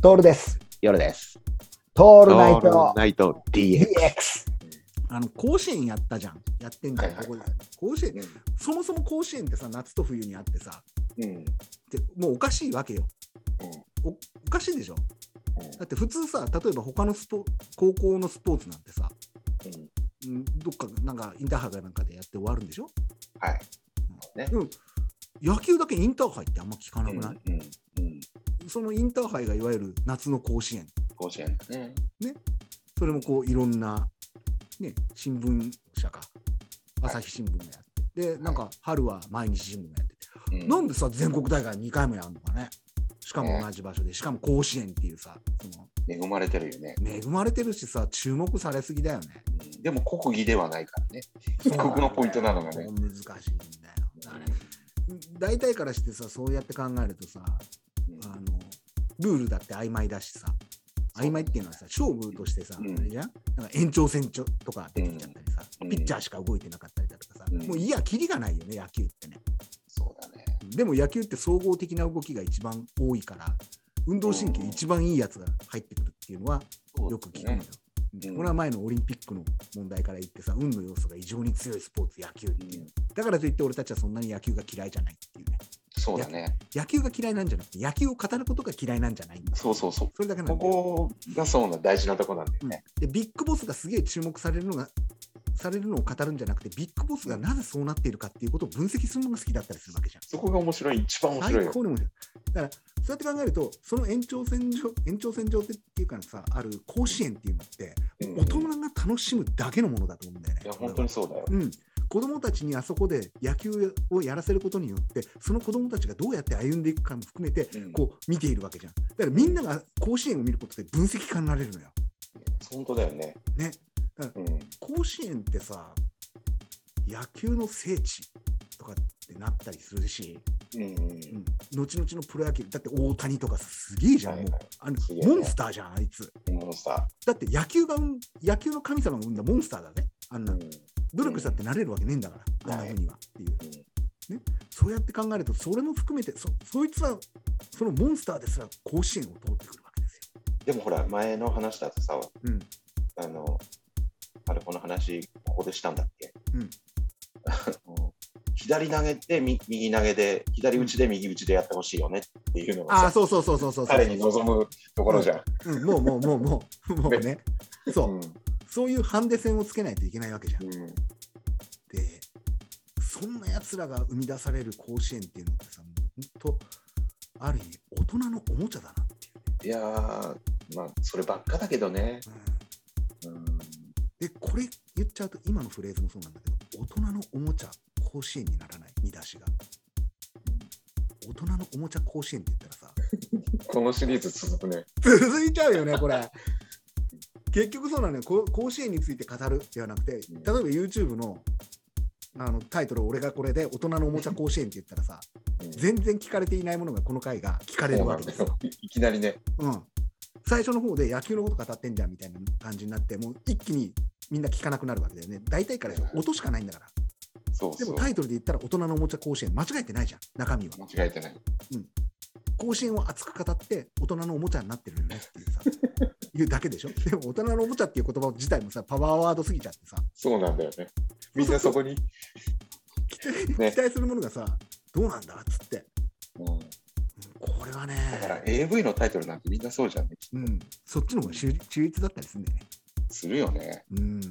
トールです。夜です。トオールナイトナイト DX。DX。あの甲子園やったじゃんやってんじゃはん、いはいはいここで甲子園そもそも甲子園ってさ夏と冬にあってさうんうんでもうおかしいわけよおおかしいでしょだって普通さ例えば他のスポ高校のスポーツなんてさうんうんどっかなんかインターハイかなんかでやって終わるんでしょ、はい。うんねうん野球だけインターハイってあんま聞かなくない、うんうんそのインターハイがいわゆる夏の甲子園甲子園だね。それもこういろんな、ね、新聞社か朝日新聞がやってでなんか春は毎日新聞がやってうんなんでさ全国大会2回もやるのかねしかも同じ場所でしかも甲子園っていうさその恵まれてるよね。恵まれてるしさ注目されすぎだよねうんでも国技ではないからね。そうここがポイントなのがそうね。難しいんだよだからね大体からしてさそうやって考えるとさうんあのルールだって曖昧だしさ曖昧っていうのはさ勝負としてさ、うんあれじゃんなんか延長戦ちょとか出てきちゃったりさ、うんピッチャーしか動いてなかったりだとかさ、うんもういやキリがないよね野球ってねそうだね。でも野球って総合的な動きが一番多いから運動神経一番いいやつが入ってくるっていうのはそうだねよく聞くのよ。うんこれは前のオリンピックの問題から言ってさ運の要素が異常に強いスポーツ野球っていう、うんだからといって俺たちはそんなに野球が嫌いじゃないっていうねそうだね。野球が嫌いなんじゃなくて野球を語ることが嫌いなんじゃないんだそうそうそう。それだけなこんだよこがそうな大事なとこなんだよね。でビッグボスがすげえ注目されるのがされるのを語るんじゃなくてビッグボスがなぜそうなっているかっていうことを分析するのが好きだったりするわけじゃん。そこが面白い、一番面白い最よ。高に面白い。だから、そうやって考えると、その延長線上、 延長線上っていうかさ、ある甲子園っていうのって、うん大人が楽しむだけのものだと思うんだよね。いや、本当にそうだよ。うん、子供たちにあそこで野球をやらせることによって、その子供たちがどうやって歩んでいくかも含めて、うんこう見ているわけじゃん。だからみんなが甲子園を見ることで分析家になれるのよ。本当だよね。ね。うん。甲子園ってさ、野球の聖地とかってなったりするし、うんうん。後々のプロ野球だって大谷とかすげえじゃん、はいもうあのすげえねモンスターじゃんあいつもうさ、だって野球が生ん野球の神様が生んだモンスターだねあんうなんの努力したってなれるわけねえんだから、はいあんなふうにはっていう、ね、そうやって考えるとそれも含めてそそいつはそのモンスターですら甲子園を通ってくるわけですよ、でもほら、前の話だとさ、うん、あの、あれ、この話、ここでしたんだっけ、うんあの左投げでみ右投げで、左打ちで右打ちでやってほしいよねっていうのあがあさ、そうそうそうそうそうそう彼に望むところじゃん。うん、もうもうもうもうもうねそう、 うんそういうハンデ戦をつけないといけないわけじゃんうんでそんなやつらが生み出される甲子園っていうのってさもうほんとある意味大人のおもちゃだなっていいやー、まあ、そればっかだけどね。う、うんでこれ言っちゃうと今のフレーズもそうなんだけど大人のおもちゃ甲子園にならない見出しが大人のおもちゃ甲子園って言ったらさこのシリーズ続くね。続いちゃうよねこれ結局そうなのよこ甲子園について語るではなくて例えば YouTube のあのタイトルを俺がこれで大人のおもちゃ甲子園って言ったらさうん全然聞かれていないものがこの回が聞かれるわけですそうよ。なんだよいきなりね。うん、最初の方で野球のこと語ってんじゃんみたいな感じになってもう一気にみんな聞かなくなるわけだよね。大体からでしょ音しかないんだから。そうでそもう。タイトルで言ったら大人のおもちゃ甲子園間違えてないじゃん中身は。間違えてない。甲子園を熱く語って大人のおもちゃになってるよねっていうさ いうだけでしょ。でも大人のおもちゃっていう言葉自体もさパワーワードすぎちゃってさそうなんだよね。みんなそこに。ね期待するものがさどうなんだっつって。うんうんこれはね、だから AV のタイトルなんてみんなそうじゃんね。うん、そっちの方が秀秀逸だったりするんだよね。するよね。うん